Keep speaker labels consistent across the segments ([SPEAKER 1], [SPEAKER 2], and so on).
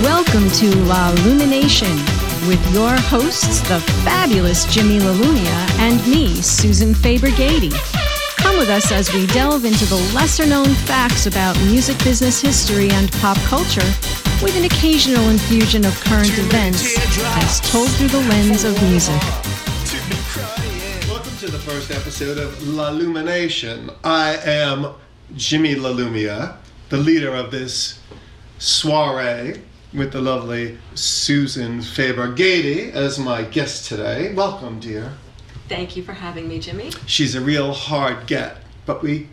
[SPEAKER 1] Welcome to La Lumination with your hosts, the fabulous Jimmy LaLunia and me, Susan Faber Gady. Come with us as we delve into the lesser known facts about music business history and pop culture with an occasional infusion of current events as told through the lens of music.
[SPEAKER 2] Welcome to the first episode of La Lumination. I am Jimmy LaLumia, the leader of this soiree with the lovely Susan Faber Gady as my guest today. Welcome, dear.
[SPEAKER 3] Thank you for having me, Jimmy.
[SPEAKER 2] She's a real hard get, but we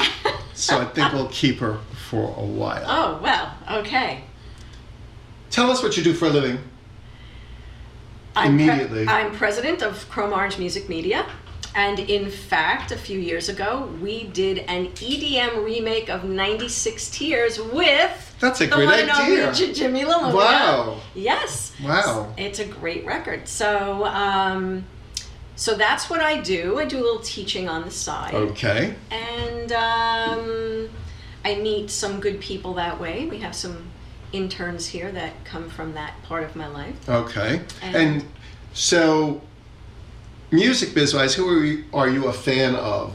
[SPEAKER 2] her. so I think we'll keep her for a while.
[SPEAKER 3] Oh, well, okay.
[SPEAKER 2] Tell us what you do for a living.
[SPEAKER 3] I'm pre-
[SPEAKER 2] Immediately.
[SPEAKER 3] I'm president of Chrome Orange Music Media. And in fact, a few years ago, we did an EDM remake of 96 Tears with
[SPEAKER 2] That's a
[SPEAKER 3] the
[SPEAKER 2] great
[SPEAKER 3] one and only
[SPEAKER 2] idea.
[SPEAKER 3] J- Jimmy Lillian.
[SPEAKER 2] Wow.
[SPEAKER 3] Yes.
[SPEAKER 2] Wow.
[SPEAKER 3] It's a great record. So, um, so that's what I do. I do a little teaching on the side.
[SPEAKER 2] Okay.
[SPEAKER 3] and um, I meet some good people that way. We have some interns here that come from that part of my life.
[SPEAKER 2] Okay.
[SPEAKER 3] And-
[SPEAKER 2] And so, music biz wise, who are you, are you a fan of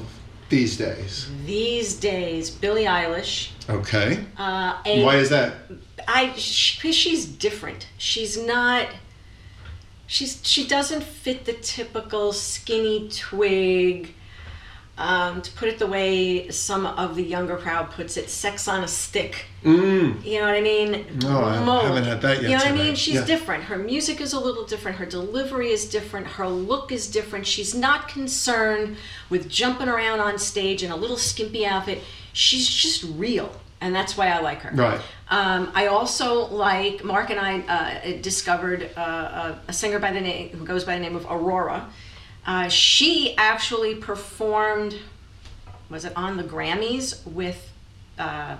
[SPEAKER 2] these days?
[SPEAKER 3] These days, Billie Eilish.
[SPEAKER 2] Okay.
[SPEAKER 3] Uh, and
[SPEAKER 2] Why is that?
[SPEAKER 3] I because she's different. She's not. She's she doesn't fit the typical skinny twig. Um, to put it the way some of the younger crowd puts it, sex on a stick.
[SPEAKER 2] Mm.
[SPEAKER 3] You know what I mean?
[SPEAKER 2] No, I
[SPEAKER 3] Mold.
[SPEAKER 2] haven't had that yet
[SPEAKER 3] You know what I
[SPEAKER 2] today.
[SPEAKER 3] mean? She's
[SPEAKER 2] Yeah.
[SPEAKER 3] different. Her music is a little different. Her delivery is different. Her look is different. She's not concerned with jumping around on stage in a little skimpy outfit. She's just real, and that's why I like her.
[SPEAKER 2] Right.
[SPEAKER 3] Um, I also like Mark and I uh, discovered uh, a, a singer by the name who goes by the name of Aurora. Uh, she actually performed. Was it on the Grammys with uh,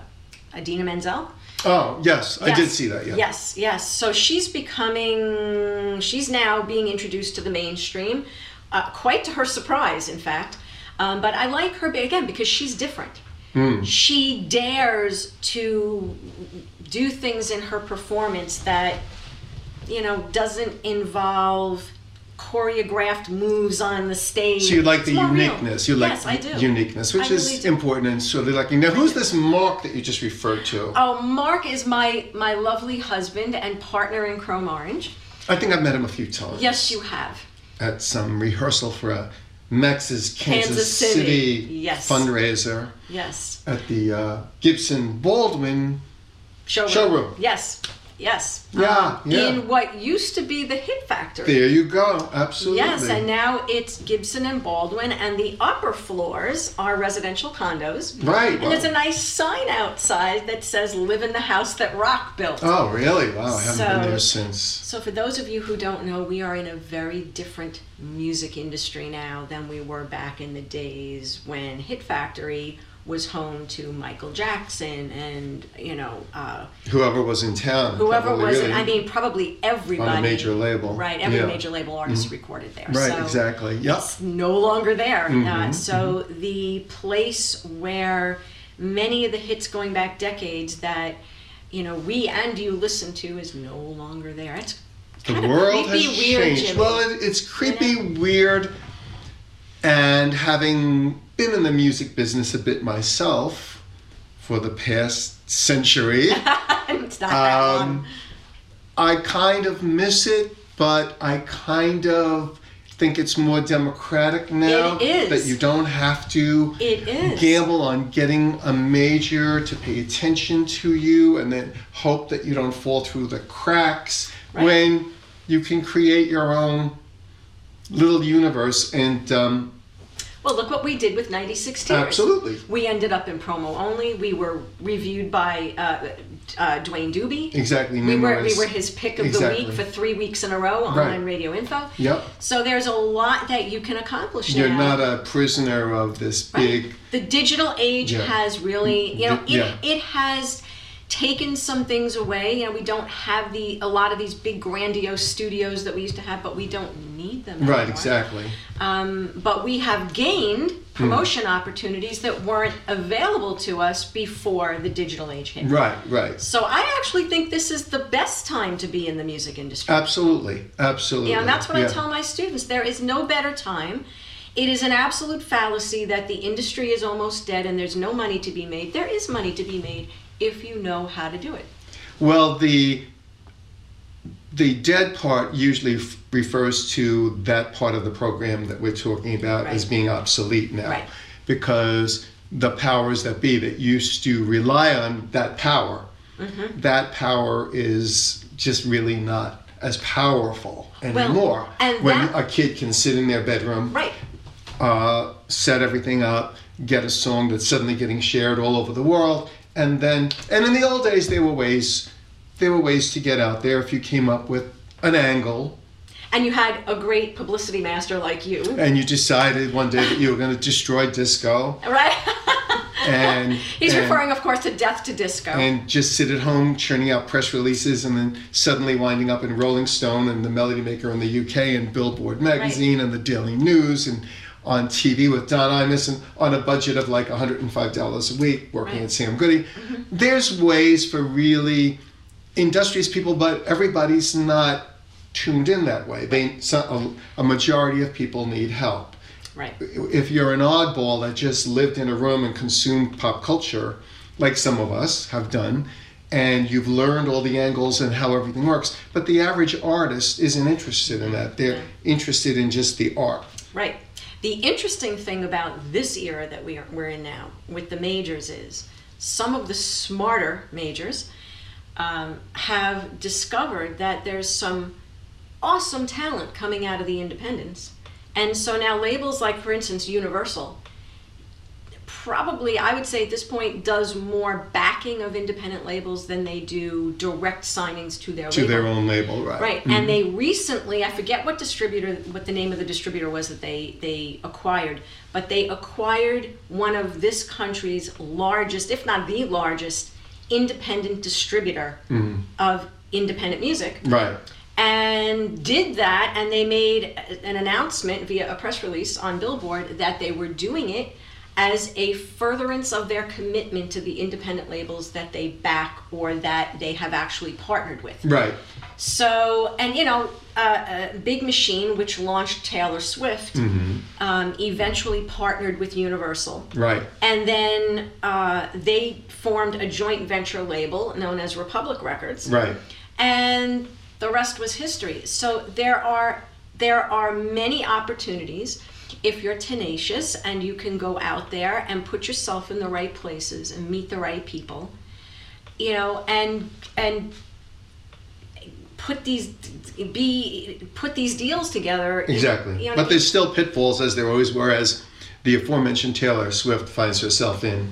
[SPEAKER 3] Adina Menzel?
[SPEAKER 2] Oh, yes, I did
[SPEAKER 3] Yes.
[SPEAKER 2] see that. Yeah.
[SPEAKER 3] Yes, yes. So she's becoming, she's now being introduced to the mainstream, uh, quite to her surprise, in fact. Um, but I like her again because she's different.
[SPEAKER 2] Hmm.
[SPEAKER 3] She dares to do things in her performance that, you know, doesn't involve choreographed moves on the stage.
[SPEAKER 2] So you like
[SPEAKER 3] It's
[SPEAKER 2] the
[SPEAKER 3] more real.
[SPEAKER 2] uniqueness. You like
[SPEAKER 3] yes, I do.
[SPEAKER 2] uniqueness, which
[SPEAKER 3] I
[SPEAKER 2] is
[SPEAKER 3] really do.
[SPEAKER 2] important and certainly like. Now, who's this Mark that you just referred to?
[SPEAKER 3] Oh, Mark is my my lovely husband and partner in Chrome Orange.
[SPEAKER 2] I think I've met him a few times.
[SPEAKER 3] Yes, you have.
[SPEAKER 2] At some rehearsal for a Max's Kansas,
[SPEAKER 3] Kansas City. Yes.
[SPEAKER 2] fundraiser
[SPEAKER 3] Yes.
[SPEAKER 2] at the uh, Gibson Baldwin.
[SPEAKER 3] Showroom.
[SPEAKER 2] Showroom.
[SPEAKER 3] Yes. Yes.
[SPEAKER 2] Yeah, yeah.
[SPEAKER 3] Uh, In what used to be the Hit Factory.
[SPEAKER 2] There you go. Absolutely.
[SPEAKER 3] Yes, and now it's Gibson and Baldwin, and the upper floors are residential condos.
[SPEAKER 2] Right.
[SPEAKER 3] And
[SPEAKER 2] wow.
[SPEAKER 3] there's a nice sign outside that says "Live in the house that Rock built."
[SPEAKER 2] Oh, really? Wow, I haven't been
[SPEAKER 3] So-
[SPEAKER 2] there since.
[SPEAKER 3] So, for those of you who don't know, we are in a very different music industry now than we were back in the days when Hit Factory was home to Michael Jackson and, you know, uh,
[SPEAKER 2] Whoever was in town.
[SPEAKER 3] whoever
[SPEAKER 2] probably
[SPEAKER 3] was,
[SPEAKER 2] really
[SPEAKER 3] I mean, probably everybody.
[SPEAKER 2] on a major label.
[SPEAKER 3] Right, every
[SPEAKER 2] Yeah. Mm-hmm.
[SPEAKER 3] major label artist recorded there.
[SPEAKER 2] Right,
[SPEAKER 3] so
[SPEAKER 2] exactly. Yep.
[SPEAKER 3] It's no longer there.
[SPEAKER 2] Mm-hmm.
[SPEAKER 3] Uh, so the place where many of the hits going back decades that you know we and you listen to is no longer there. It's
[SPEAKER 2] The
[SPEAKER 3] kind of
[SPEAKER 2] world has
[SPEAKER 3] creepy, weird,
[SPEAKER 2] changed.
[SPEAKER 3] Jimmy.
[SPEAKER 2] Well, it, it's creepy, weird, and having been in the music business a bit myself for the past century,
[SPEAKER 3] it's not that long.
[SPEAKER 2] um, I kind of miss it, but I kind of think it's more democratic now.
[SPEAKER 3] It is.
[SPEAKER 2] That you don't have to
[SPEAKER 3] It is.
[SPEAKER 2] gamble on getting a major to pay attention to you and then hope that you don't fall through the cracks
[SPEAKER 3] Right.
[SPEAKER 2] when you can create your own little universe and um,
[SPEAKER 3] Well, look what we did with 96 Tears.
[SPEAKER 2] absolutely
[SPEAKER 3] We ended up in promo only. We were reviewed by uh, uh, Dwayne Doobie.
[SPEAKER 2] exactly
[SPEAKER 3] We were, we
[SPEAKER 2] memories.
[SPEAKER 3] were his pick of
[SPEAKER 2] Exactly.
[SPEAKER 3] the week for three weeks in a row on
[SPEAKER 2] Right.
[SPEAKER 3] Radio Info.
[SPEAKER 2] Yep.
[SPEAKER 3] So there's a lot that you can accomplish
[SPEAKER 2] you're
[SPEAKER 3] now.
[SPEAKER 2] not a prisoner of this
[SPEAKER 3] Right.
[SPEAKER 2] big
[SPEAKER 3] The digital age
[SPEAKER 2] Yeah.
[SPEAKER 3] has really, you know, it,
[SPEAKER 2] Yeah.
[SPEAKER 3] it has taken some things away. You know, we don't have the a lot of these big grandiose studios that we used to have, but we don't need them.
[SPEAKER 2] Right,
[SPEAKER 3] anymore.
[SPEAKER 2] exactly.
[SPEAKER 3] Um, but we have gained
[SPEAKER 2] Hmm.
[SPEAKER 3] promotion opportunities that weren't available to us before the digital age hit.
[SPEAKER 2] Right, right.
[SPEAKER 3] So I actually think this is the best time to be in the music industry.
[SPEAKER 2] Absolutely, absolutely.
[SPEAKER 3] Yeah, and that's what I
[SPEAKER 2] Yeah.
[SPEAKER 3] tell my students. There is no better time. It is an absolute fallacy that the industry is almost dead and there's no money to be made. There is money to be made if you know how to do it.
[SPEAKER 2] Well, the the dead part usually f- refers to that part of the program that we're talking about as
[SPEAKER 3] Right.
[SPEAKER 2] being obsolete now,
[SPEAKER 3] Right.
[SPEAKER 2] because the powers that be that used to rely on that power,
[SPEAKER 3] Mm-hmm.
[SPEAKER 2] that power is just really not as powerful anymore.
[SPEAKER 3] and
[SPEAKER 2] when
[SPEAKER 3] that-
[SPEAKER 2] a kid can sit in their bedroom,
[SPEAKER 3] Right.
[SPEAKER 2] uh, set everything up, get a song that's suddenly getting shared all over the world, and then and in the old days there were ways there were ways to get out there if you came up with an angle
[SPEAKER 3] And you had a great publicity master like you.
[SPEAKER 2] and you decided one day that you were going to destroy disco
[SPEAKER 3] Right?
[SPEAKER 2] and
[SPEAKER 3] He's
[SPEAKER 2] and,
[SPEAKER 3] referring, of course, to Death to Disco.
[SPEAKER 2] and just sit at home churning out press releases and then suddenly winding up in Rolling Stone and the Melody Maker in the UK and Billboard magazine and the Daily News and on TV with Don Imus and on a budget of like $105 a week working
[SPEAKER 3] Right.
[SPEAKER 2] at Sam Goody. There's ways for really industrious people, but everybody's not tuned in that way. They so- a, a majority of people need help
[SPEAKER 3] right.
[SPEAKER 2] if you're an oddball that just lived in a room and consumed pop culture, like some of us have done, and you've learned all the angles and how everything works, but the average artist isn't interested in that. They're interested in just the art.
[SPEAKER 3] Right. The interesting thing about this era that we are, we're in now with the majors is some of the smarter majors um, have discovered that there's some awesome talent coming out of the independents. And so now labels like, for instance, Universal probably I would say at this point does more backing of independent labels than they do direct signings to their
[SPEAKER 2] To
[SPEAKER 3] label.
[SPEAKER 2] their own label, right? Mm.
[SPEAKER 3] Right, and they recently, I forget what distributor, what the name of the distributor was that they, they acquired, but they acquired one of this country's largest, if not the largest, independent distributor of independent music.
[SPEAKER 2] Right.
[SPEAKER 3] And did that, and they made a- an announcement via a press release on Billboard that they were doing it as a furtherance of their commitment to the independent labels that they back or that they have actually partnered with.
[SPEAKER 2] Right.
[SPEAKER 3] So, and you know, uh, uh, Big Machine, which launched Taylor Swift, um, eventually partnered with Universal.
[SPEAKER 2] Right.
[SPEAKER 3] And then uh, they formed a joint venture label known as Republic Records.
[SPEAKER 2] Right.
[SPEAKER 3] And the rest was history. So there are there are many opportunities if you're tenacious and you can go out there and put yourself in the right places and meet the right people. You know, and and put these be put these deals together.
[SPEAKER 2] Exactly.
[SPEAKER 3] You know what I
[SPEAKER 2] but
[SPEAKER 3] mean?
[SPEAKER 2] there's still pitfalls as there always were, as the aforementioned Taylor Swift finds herself in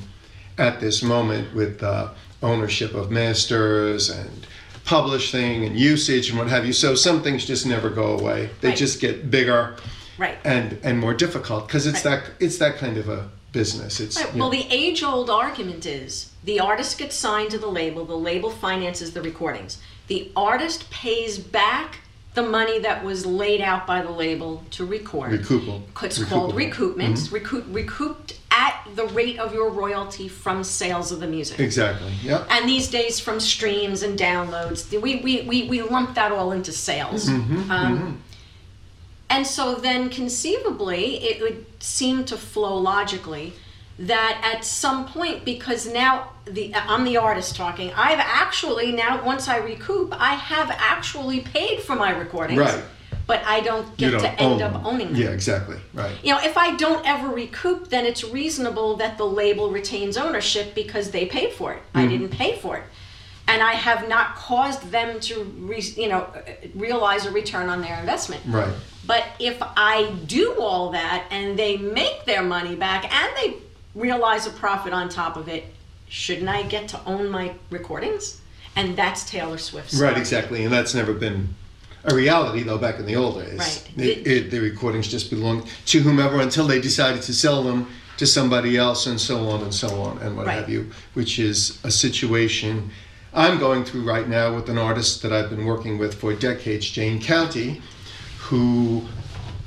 [SPEAKER 2] at this moment with uh, ownership of masters and publishing and usage and what have you. So some things just never go away. They
[SPEAKER 3] Right.
[SPEAKER 2] just get bigger
[SPEAKER 3] Right.
[SPEAKER 2] and and more difficult because it's
[SPEAKER 3] Right.
[SPEAKER 2] that it's that kind of a business. It's
[SPEAKER 3] Right,
[SPEAKER 2] you
[SPEAKER 3] Well,
[SPEAKER 2] know,
[SPEAKER 3] the age old argument is the artist gets signed to the label, the label finances the recordings. The artist pays back the money that was laid out by the label to record.
[SPEAKER 2] recoupable.
[SPEAKER 3] It's called
[SPEAKER 2] recoupable.
[SPEAKER 3] recoupment, recoup, recouped at the rate of your royalty from sales of the music.
[SPEAKER 2] Exactly. Yep.
[SPEAKER 3] And these days, from streams and downloads, we, we, we, we lump that all into sales.
[SPEAKER 2] Mm-hmm,
[SPEAKER 3] um, And so then, conceivably, it would seem to flow logically that at some point, because now the I'm the artist talking, I've actually now once I recoup, I have actually paid for my recordings,
[SPEAKER 2] Right.
[SPEAKER 3] But I don't get to
[SPEAKER 2] you don't
[SPEAKER 3] end
[SPEAKER 2] own
[SPEAKER 3] up
[SPEAKER 2] them.
[SPEAKER 3] owning them
[SPEAKER 2] Yeah. Exactly. Right.
[SPEAKER 3] you know, if I don't ever recoup, then it's reasonable that the label retains ownership because they paid for it.
[SPEAKER 2] Mm-hmm.
[SPEAKER 3] I didn't pay for it. And I have not caused them to, re- you know, uh, realize a return on their investment.
[SPEAKER 2] Right.
[SPEAKER 3] But if I do all that and they make their money back and they realize a profit on top of it, shouldn't I get to own my recordings? And that's Taylor Swift's.
[SPEAKER 2] Right, exactly, and that's never been a reality though. Back in the old days,
[SPEAKER 3] Right.
[SPEAKER 2] it, it, the recordings just belonged to whomever until they decided to sell them to somebody else, and so on and so on and what
[SPEAKER 3] Right.
[SPEAKER 2] have you, which is a situation I'm going through right now with an artist that I've been working with for decades, Jane County, who,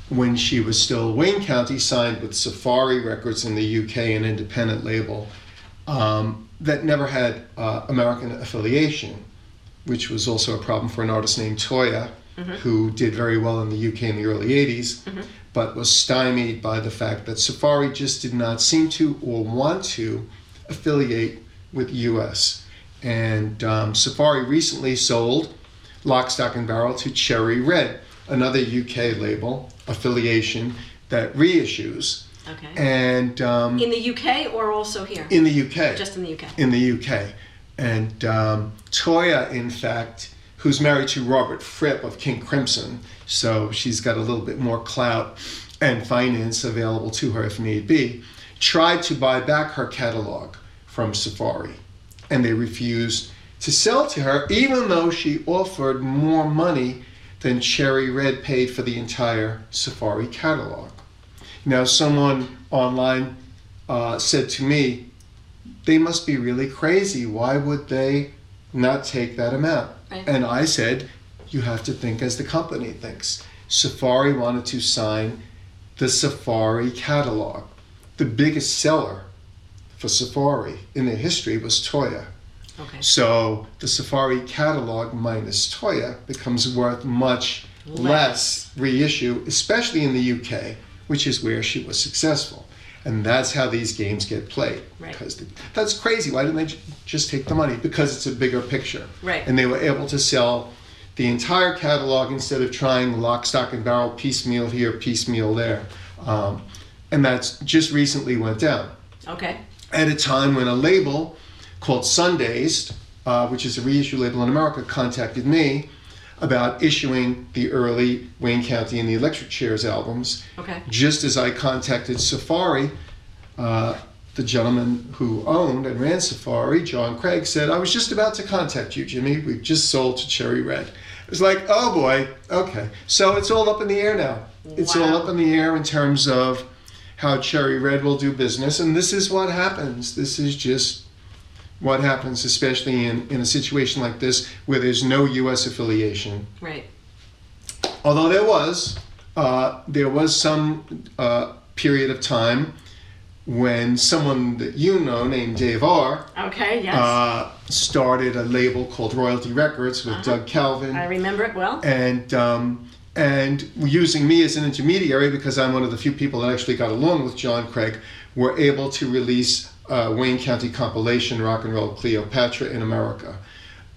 [SPEAKER 2] when she was still Wayne County, signed with Safari Records in the UK, an independent label um, that never had uh, American affiliation, which was also a problem for an artist named Toya, who did very well in the UK in the early 80s, but was stymied by the fact that Safari just did not seem to or want to affiliate with US. And um, Safari recently sold Lock, Stock, and Barrel to Cherry Red, another UK label affiliation that reissues.
[SPEAKER 3] Okay.
[SPEAKER 2] And um,
[SPEAKER 3] in the UK or also here?
[SPEAKER 2] in the UK
[SPEAKER 3] Just in the UK.
[SPEAKER 2] in the UK. And um, Toya, in fact, who's married to Robert Fripp of King Crimson, so she's got a little bit more clout and finance available to her if need be, tried to buy back her catalog from Safari. And they refused to sell to her, even though she offered more money than Cherry Red paid for the entire Safari catalog. Now, someone online uh, said to me, they must be really crazy. Why would they not take that amount?
[SPEAKER 3] Right.
[SPEAKER 2] And I said, you have to think as the company thinks. Safari wanted to sign the Safari catalog. The biggest seller for Safari in their history was Toya.
[SPEAKER 3] Okay.
[SPEAKER 2] So the Safari catalog minus Toya becomes worth much less. reissue, especially in the UK, which is where she was successful. And that's how these games get played.
[SPEAKER 3] Right.
[SPEAKER 2] Because the- that's crazy. Why didn't they ju- just take the money? Because it's a bigger picture.
[SPEAKER 3] Right.
[SPEAKER 2] And they were able to sell the entire catalog instead of trying lock, stock, and barrel piecemeal here, piecemeal there. Um, and that's just recently went down
[SPEAKER 3] Okay.
[SPEAKER 2] at a time when a label called Sundazed, uh, which is a reissue label in America, contacted me about issuing the early Wayne County and the Electric Chairs albums.
[SPEAKER 3] Okay.
[SPEAKER 2] Just as I contacted Safari, uh, the gentleman who owned and ran Safari, John Craig, said, I was just about to contact you, Jimmy. We've just sold to Cherry Red. It was like, oh boy, okay. So it's all up in the air now. It's all
[SPEAKER 3] Wow.
[SPEAKER 2] up in the air in terms of how Cherry Red will do business. And this is what happens. This is just what happens, especially in, in a situation like this where there's no U.S. affiliation
[SPEAKER 3] Right.
[SPEAKER 2] although there was uh, there was some uh, period of time when someone that you know named Dave R
[SPEAKER 3] Okay. Yes.
[SPEAKER 2] uh, started a label called Royalty Records with Doug Calvin
[SPEAKER 3] Uh-huh. I remember it well.
[SPEAKER 2] and um, and using me as an intermediary because I'm one of the few people that actually got along with John Craig, were able to release uh, Wayne County compilation Rock and Roll Cleopatra in America,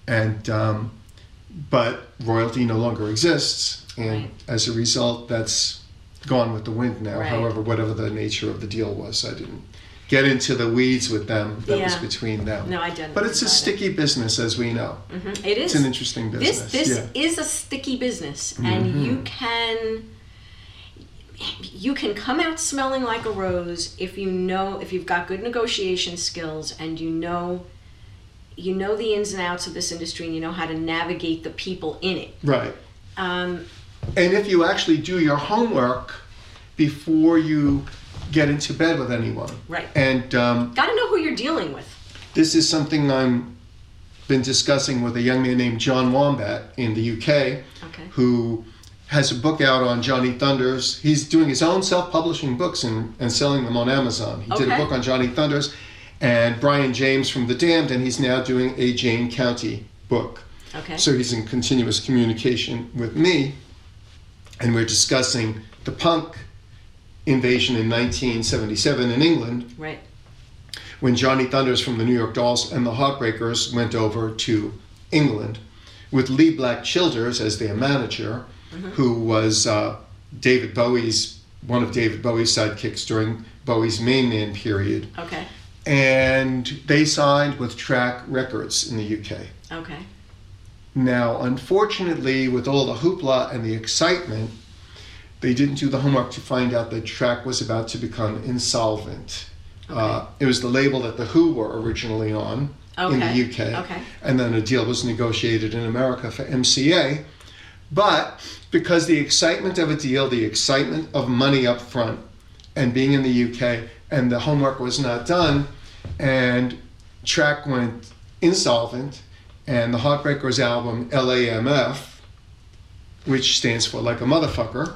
[SPEAKER 2] and um, but royalty no longer exists, and
[SPEAKER 3] Right.
[SPEAKER 2] as a result, that's gone with the wind now.
[SPEAKER 3] Right.
[SPEAKER 2] However, whatever the nature of the deal was, I didn't get into the weeds with them. That was
[SPEAKER 3] Yeah.
[SPEAKER 2] between them.
[SPEAKER 3] No, I didn't
[SPEAKER 2] But it's a
[SPEAKER 3] either.
[SPEAKER 2] sticky business, as we know.
[SPEAKER 3] Mhm. It is.
[SPEAKER 2] It's an interesting business.
[SPEAKER 3] This this
[SPEAKER 2] yeah. Mm-hmm.
[SPEAKER 3] is a sticky business, and you can you can come out smelling like a rose if you know if you've got good negotiation skills and you know you know the ins and outs of this industry and you know how to navigate the people in it.
[SPEAKER 2] Right.
[SPEAKER 3] Um,
[SPEAKER 2] And if you actually do your homework before you get into bed with anyone.
[SPEAKER 3] Right.
[SPEAKER 2] And um,
[SPEAKER 3] got to know who you're dealing with.
[SPEAKER 2] this is something I'm been discussing with a young man named John Wombat in the UK,
[SPEAKER 3] Okay.
[SPEAKER 2] who has a book out on Johnny Thunders. He's doing his own self-publishing books and, and selling them on Amazon. He did a
[SPEAKER 3] Okay.
[SPEAKER 2] book on Johnny Thunders and Brian James from The Damned, and he's now doing a Jane County book.
[SPEAKER 3] Okay.
[SPEAKER 2] So he's in continuous communication with me, and we're discussing the punk invasion in 1977 in England
[SPEAKER 3] right.
[SPEAKER 2] when Johnny Thunders from the New York Dolls and the Heartbreakers went over to England with Lee Black Childers as their manager, who was uh, David Bowie's one of David Bowie's sidekicks during Bowie's main man period,
[SPEAKER 3] Okay.
[SPEAKER 2] and they signed with Track Records in the UK.
[SPEAKER 3] Okay.
[SPEAKER 2] Now, unfortunately, with all the hoopla and the excitement, they didn't do the homework to find out that Track was about to become insolvent. Uh, it was the label that the Who were originally on in
[SPEAKER 3] Okay,
[SPEAKER 2] the UK,
[SPEAKER 3] okay.
[SPEAKER 2] and then a deal was negotiated in America for MCA. But because the excitement of a deal, the excitement of money up front, and being in the UK, and the homework was not done, and Track went insolvent, and the Heartbreakers album LAMF, which stands for Like a Motherfucker.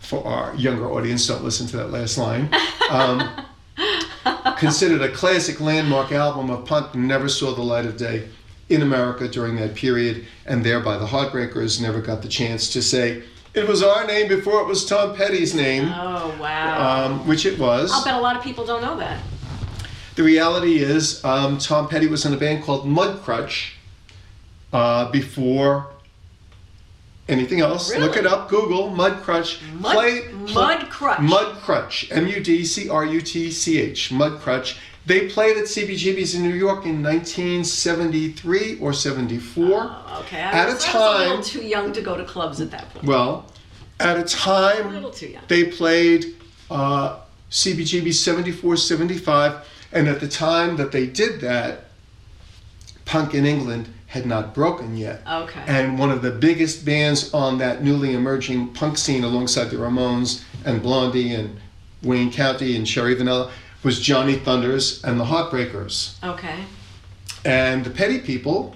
[SPEAKER 2] For our younger audience, don't listen to that last line. Um, considered a classic landmark album of punk, never saw the light of day in America during that period, and thereby the Heartbreakers never got the chance to say, It was our name before it was Tom Petty's name,
[SPEAKER 3] Oh, wow.
[SPEAKER 2] um, which it was.
[SPEAKER 3] I'll bet a lot of people don't know that.
[SPEAKER 2] The reality is, um, Tom Petty was in a band called Mudcrutch uh, before anything else. Look
[SPEAKER 3] Really?
[SPEAKER 2] it up, Google Mudcrutch.
[SPEAKER 3] Mud, Mudcrutch.
[SPEAKER 2] Mudcrutch. M U D C R U T C H. Mudcrutch. They played at CBGB's in New York in 1973 or 74.
[SPEAKER 3] Oh, okay.
[SPEAKER 2] At
[SPEAKER 3] I was, I
[SPEAKER 2] a
[SPEAKER 3] was a
[SPEAKER 2] time-
[SPEAKER 3] little too young to go to clubs at that point.
[SPEAKER 2] Well, at a time.
[SPEAKER 3] A little too young.
[SPEAKER 2] They played uh, CBGB 74 75, and at the time that they did that, punk in England had not broken yet.
[SPEAKER 3] Okay.
[SPEAKER 2] And one of the biggest bands on that newly emerging punk scene, alongside the Ramones and Blondie and Wayne County and Sherry Vanilla, was Johnny Thunders and the Heartbreakers.
[SPEAKER 3] Okay.
[SPEAKER 2] And the petty people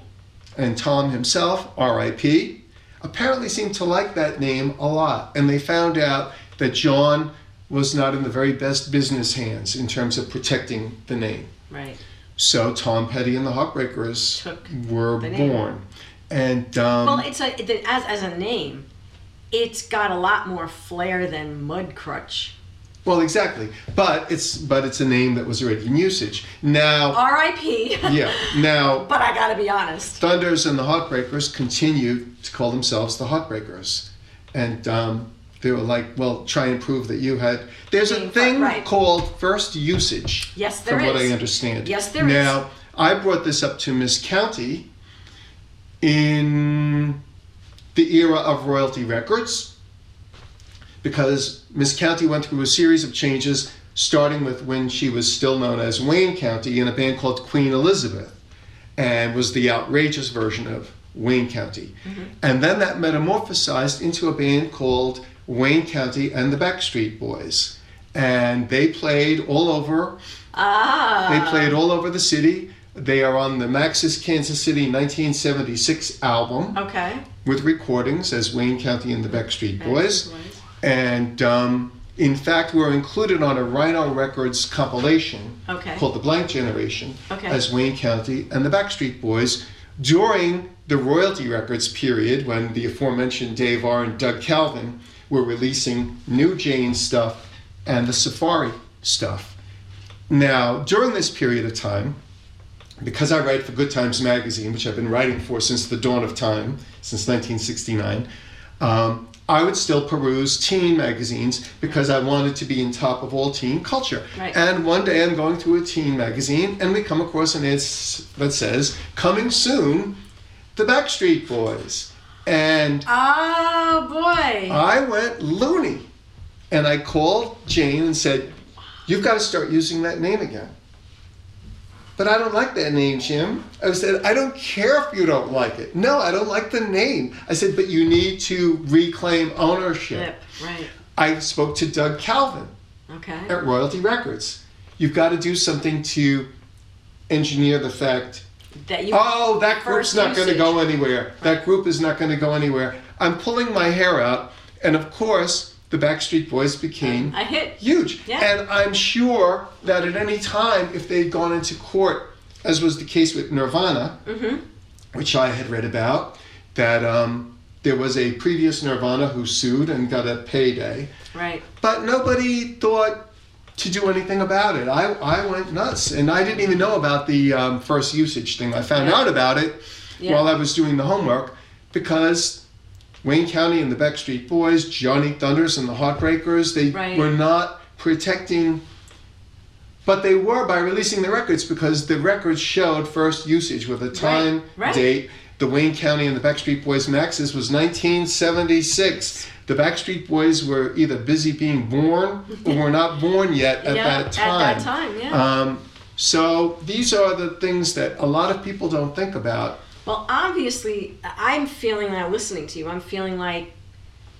[SPEAKER 2] and Tom himself, RIP, apparently seemed to like that name a lot. And they found out that John was not in the very best business hands in terms of protecting the name.
[SPEAKER 3] Right.
[SPEAKER 2] So Tom Petty and the Heartbreakers
[SPEAKER 3] Took
[SPEAKER 2] were
[SPEAKER 3] the name.
[SPEAKER 2] born. And um,
[SPEAKER 3] Well, it's a the, as as a name, it's got a lot more flair than Mudcrutch.
[SPEAKER 2] well, exactly. But it's but it's a name that was already in usage. Now,
[SPEAKER 3] R.I.P.
[SPEAKER 2] yeah. Now
[SPEAKER 3] but I gotta be honest.
[SPEAKER 2] Thunders and the Heartbreakers continued to call themselves the Heartbreakers. And um, they were like, well, try and prove that you had. There's a
[SPEAKER 3] Being fu-
[SPEAKER 2] thing
[SPEAKER 3] right.
[SPEAKER 2] called first usage.
[SPEAKER 3] Yes, there
[SPEAKER 2] From what
[SPEAKER 3] is.
[SPEAKER 2] I understand.
[SPEAKER 3] Yes, there is.
[SPEAKER 2] Now, I brought this up to Miss County in the era of royalty records because Miss County went through a series of changes, starting with when she was still known as Wayne County in a band called Queen Elizabeth and was the outrageous version of Wayne County.
[SPEAKER 3] Mm-hmm.
[SPEAKER 2] And then that metamorphosized into a band called Wayne County and the Backstreet Boys. And they played all over. They
[SPEAKER 3] Ah.
[SPEAKER 2] played all over the city. They are on the Maxis Kansas City 1976 album
[SPEAKER 3] Okay.
[SPEAKER 2] with recordings as Wayne County and the Backstreet
[SPEAKER 3] Boys.
[SPEAKER 2] Boys. And um, in fact, we're included on a Rhino Records compilation
[SPEAKER 3] Okay.
[SPEAKER 2] called The Blank Generation
[SPEAKER 3] Okay.
[SPEAKER 2] as Wayne County and the Backstreet Boys during the royalty records period when the aforementioned Dave R. and Doug Calvin were releasing New Jane stuff and the Safari stuff. Now, during this period of time, because I write for Good Times Magazine, which I've been writing for since the dawn of time, since 1969, um, I would still peruse teen magazines because I wanted to be in top of all teen culture.
[SPEAKER 3] Right.
[SPEAKER 2] And one day I'm going through a teen magazine and we come across an ad s- that says, Coming soon, the Backstreet Boys. And
[SPEAKER 3] Oh boy.
[SPEAKER 2] I went loony. And I called Jane and said, You've got to start using that name again. But I don't like that name, Jim. I said, I don't care if you don't like it. No, I don't like the name. I said, But you need to reclaim ownership.
[SPEAKER 3] Yep. Right.
[SPEAKER 2] I spoke to Doug Calvin
[SPEAKER 3] Okay.
[SPEAKER 2] at Royalty Records. You've got to do something to engineer the fact
[SPEAKER 3] That you.
[SPEAKER 2] Oh, that group's
[SPEAKER 3] First
[SPEAKER 2] not going to
[SPEAKER 3] usage.
[SPEAKER 2] go anywhere. That group is not going to go anywhere. I'm pulling my hair out. And of course, the Backstreet Boys became
[SPEAKER 3] I hit.
[SPEAKER 2] huge.
[SPEAKER 3] Yeah.
[SPEAKER 2] And I'm sure that at any time, if they'd gone into court, as was the case with Nirvana,
[SPEAKER 3] Mm-hmm.
[SPEAKER 2] which I had read about, that um, there was a previous Nirvana who sued and got a payday.
[SPEAKER 3] Right.
[SPEAKER 2] But nobody thought to do anything about it. I, I went nuts, and I didn't even know about the um, first usage thing. I found
[SPEAKER 3] Yeah.
[SPEAKER 2] out about it
[SPEAKER 3] Yeah.
[SPEAKER 2] while I was doing the homework because Wayne County and the Backstreet Boys, Johnny Thunders and the Heartbreakers, they
[SPEAKER 3] Right.
[SPEAKER 2] were not protecting. But they were by releasing the records because the records showed first usage with a time,
[SPEAKER 3] right.
[SPEAKER 2] date. The Wayne County and the Backstreet Boys Maxis was 1976. The Backstreet Boys were either busy being born or were not born yet at
[SPEAKER 3] yeah.
[SPEAKER 2] that time.
[SPEAKER 3] At that time. Yeah.
[SPEAKER 2] Um, so these are the things that a lot of people don't think about.
[SPEAKER 3] Well, obviously, I'm feeling now listening to you. I'm feeling like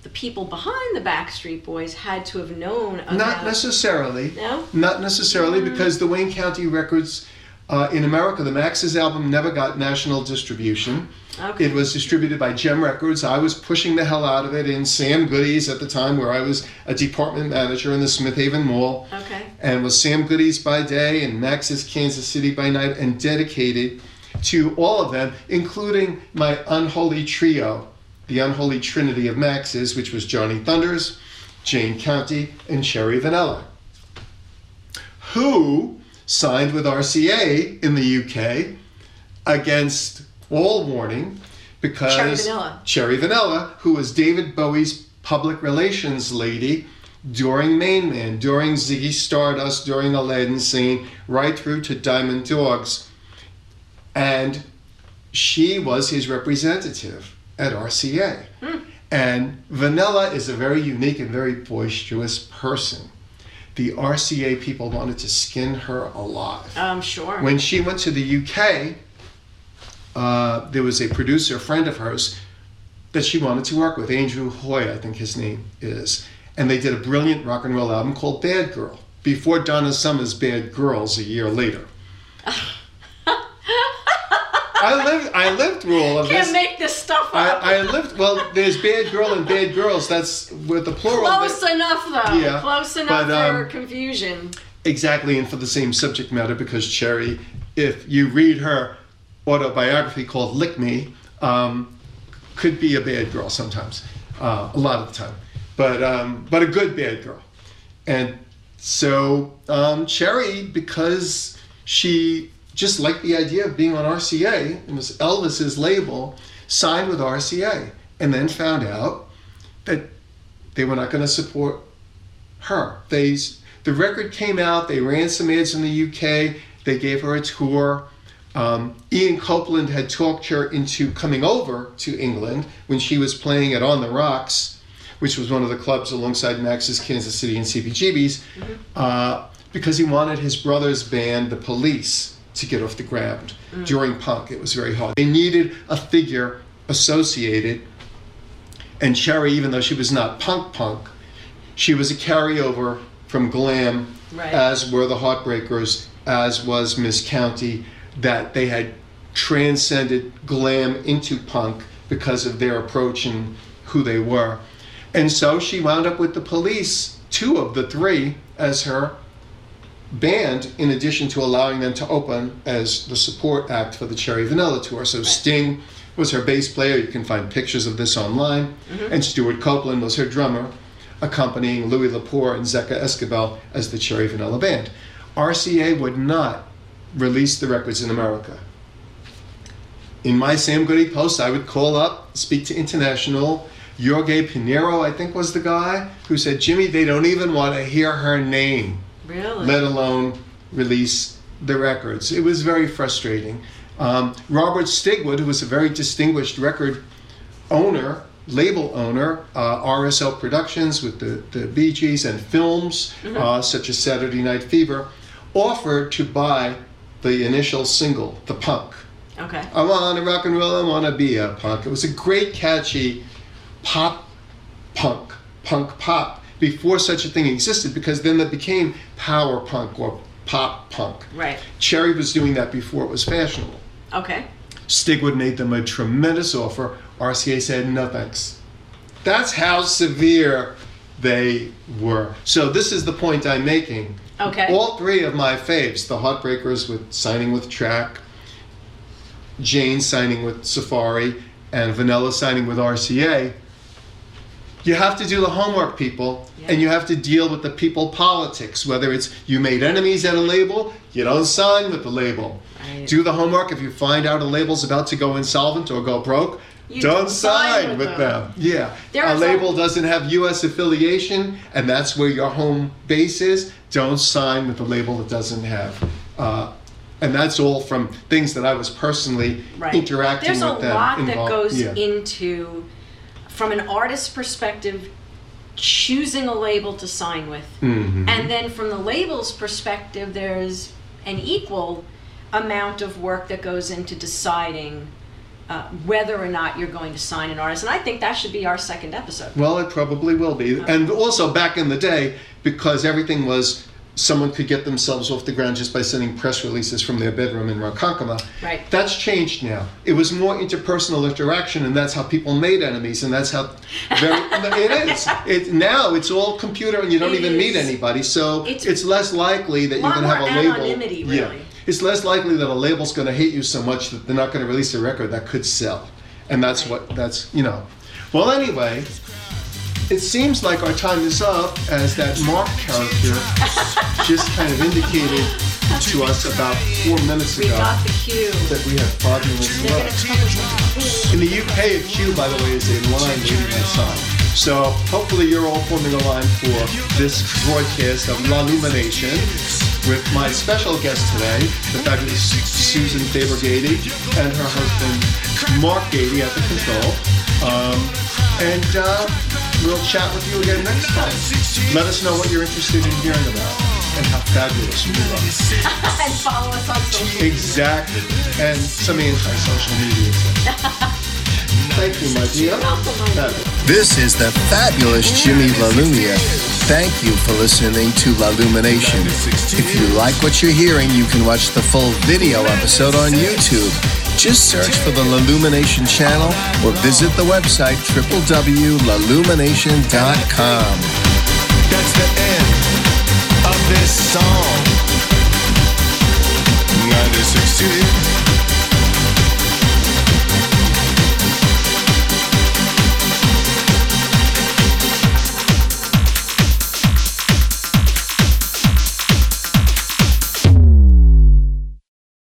[SPEAKER 3] the people behind the Backstreet Boys had to have known about.
[SPEAKER 2] Not necessarily.
[SPEAKER 3] No? Mm-hmm.
[SPEAKER 2] Not necessarily because the Wayne County records Uh, in America, the Max's album never got national distribution.
[SPEAKER 3] Okay.
[SPEAKER 2] It was distributed by Gem Records. I was pushing the hell out of it in Sam Goody's at the time, where I was a department manager in the Smith Haven Mall.
[SPEAKER 3] Okay.
[SPEAKER 2] And was Sam Goody's by day and Max's Kansas City by night, and dedicated to all of them, including my unholy trio, the unholy trinity of Max's, which was Johnny Thunders, Jane County, and Sherry Vanilla, who signed with RCA in the UK against all warning because
[SPEAKER 3] Cherry Vanilla.
[SPEAKER 2] Cherry Vanilla, who was David Bowie's public relations lady during Main Man, during Ziggy Stardust, during Aladdin Sane, right through to Diamond Dogs. And she was his representative at RCA. And Vanilla is a very unique and very boisterous person. The RCA people wanted to skin her alive.
[SPEAKER 3] I'm Um, sure.
[SPEAKER 2] When she went to the UK, uh, there was a producer, a friend of hers, that she wanted to work with, Andrew Hoy, I think his name is. And they did a brilliant rock and roll album called Bad Girl, before Donna Summer's Bad Girls a year later. I lived, I lived through all of
[SPEAKER 3] Can't
[SPEAKER 2] this.
[SPEAKER 3] make this stuff up.
[SPEAKER 2] I, I lived, well, there's Bad Girl and Bad Girls, that's with the plural. but-
[SPEAKER 3] Close enough though.
[SPEAKER 2] Yeah,
[SPEAKER 3] Close enough
[SPEAKER 2] but, um,
[SPEAKER 3] for confusion.
[SPEAKER 2] Exactly, and for the same subject matter, because Cherry, if you read her autobiography called Lick Me, um, could be a bad girl sometimes, uh, a lot of the time, but, um, but a good bad girl. And so um, Cherry, because she just liked the idea of being on RCA, it was Elvis's label, signed with RCA, and then found out that they were not going to support her. They the record came out. They ran some ads in the UK. They gave her a tour. Um, Ian Copeland had talked her into coming over to England when she was playing at On the Rocks, which was one of the clubs alongside Max's Kansas City and CBGB's, uh, because he wanted his brother's band, The Police, to get off the ground. During punk, it was very hard. They needed a figure associated and Cherry, even though she was not punk punk, she was a carryover from glam,
[SPEAKER 3] Right.
[SPEAKER 2] as were the Heartbreakers, as was Miss County, that they had transcended glam into punk because of their approach and who they were. And so she wound up with the police, two of the three, as her band, in addition to allowing them to open as the support act for the Cherry Vanilla Tour. So Sting was her bass player. You can find pictures of this online. And Stuart Copeland was her drummer, accompanying Louis Lepore and Zecca Escabel as the Cherry Vanilla Band. RCA would not release the records in America. In my Sam Goody post, I would call up, speak to International. Jorge Pinero, I think, was the guy who said, Jimmy, they don't even want to hear her name
[SPEAKER 3] Really?
[SPEAKER 2] let alone release the records. It was very frustrating. Um, Robert Stigwood, who was a very distinguished record owner, label owner, uh, RSL Productions with the, the Bee Gees and films uh, such as Saturday Night Fever, offered to buy the initial single, The Punk.
[SPEAKER 3] okay.
[SPEAKER 2] I want to rock and roll, I want to be a punk. It was a great, catchy pop punk, punk pop, before such a thing existed, because then that became power punk or pop punk.
[SPEAKER 3] Right.
[SPEAKER 2] Cherry was doing that before it was fashionable.
[SPEAKER 3] Okay.
[SPEAKER 2] Stigwood made them a tremendous offer. RCA said, no thanks. That's how severe they were. So, this is the point I'm making.
[SPEAKER 3] Okay.
[SPEAKER 2] All three of my faves, the Heartbreakers with signing with Track, Jane signing with Safari, and Vanilla signing with RCA. You have to do the homework, people,
[SPEAKER 3] Yeah.
[SPEAKER 2] and you have to deal with the people politics. Whether it's you made enemies at a label, you don't sign with the label.
[SPEAKER 3] Right.
[SPEAKER 2] Do the homework. If you find out a label's about to go insolvent or go broke,
[SPEAKER 3] You
[SPEAKER 2] don't, sign, with them. Yeah,
[SPEAKER 3] There
[SPEAKER 2] a
[SPEAKER 3] are some-
[SPEAKER 2] label doesn't have U.S. affiliation, and that's where your home base is. Don't sign with a label that doesn't have. Uh, and that's all from things that I was personally
[SPEAKER 3] Right.
[SPEAKER 2] interacting
[SPEAKER 3] There's
[SPEAKER 2] with
[SPEAKER 3] a
[SPEAKER 2] them.
[SPEAKER 3] lot
[SPEAKER 2] involved-
[SPEAKER 3] that goes
[SPEAKER 2] yeah.
[SPEAKER 3] into, from an artist's perspective, choosing a label to sign with,
[SPEAKER 2] Mm-hmm.
[SPEAKER 3] and then from the label's perspective, there's an equal amount of work that goes into deciding uh, whether or not you're going to sign an artist. And I think that should be our second episode.
[SPEAKER 2] Well, it probably will be. And also back in the day, because everything was someone could get themselves off the ground just by sending press releases from their bedroom in Ronkonkoma.
[SPEAKER 3] Right.
[SPEAKER 2] That's changed now. It was more interpersonal interaction, and that's how people made enemies, and that's how very, it is. It, now it's all computer, and you don't
[SPEAKER 3] It
[SPEAKER 2] even meet
[SPEAKER 3] is.
[SPEAKER 2] anybody, so
[SPEAKER 3] It's
[SPEAKER 2] it's, less likely that you're
[SPEAKER 3] lot
[SPEAKER 2] going to have
[SPEAKER 3] more
[SPEAKER 2] a label.
[SPEAKER 3] anonymity, really.
[SPEAKER 2] It's less likely that a label's going to hate you so much that they're not going to release a record that could sell. And that's what, that's, you know. Well, anyway, it seems like our time is up as that Mark character just kind of indicated to us about four minutes
[SPEAKER 3] We
[SPEAKER 2] ago
[SPEAKER 3] got the cue.
[SPEAKER 2] that we have five minutes
[SPEAKER 3] They're gonna
[SPEAKER 2] left.
[SPEAKER 3] come with
[SPEAKER 2] In the UK, a queue, by the way, is a line leading that song. So hopefully you're all forming a line for this broadcast of La Lumination with my special guest today, the fabulous Susan Faber Gady and her husband Mark Gady at the control. Um, and uh, we'll chat with you again next time. Let us know what you're interested in hearing about and how fabulous you are.
[SPEAKER 3] and follow us on social media.
[SPEAKER 2] Exactly. And some anti-social media. Thank you, my dear.
[SPEAKER 3] welcome, my dear.
[SPEAKER 4] This is the fabulous Jimmy LaLumia. Thank you for listening to LaLumination. If you like what you're hearing, you can watch the full video episode on YouTube. Just search for the LaLumination channel or visit the website www.lalumination.com.
[SPEAKER 5] That's the end of this song. 96 to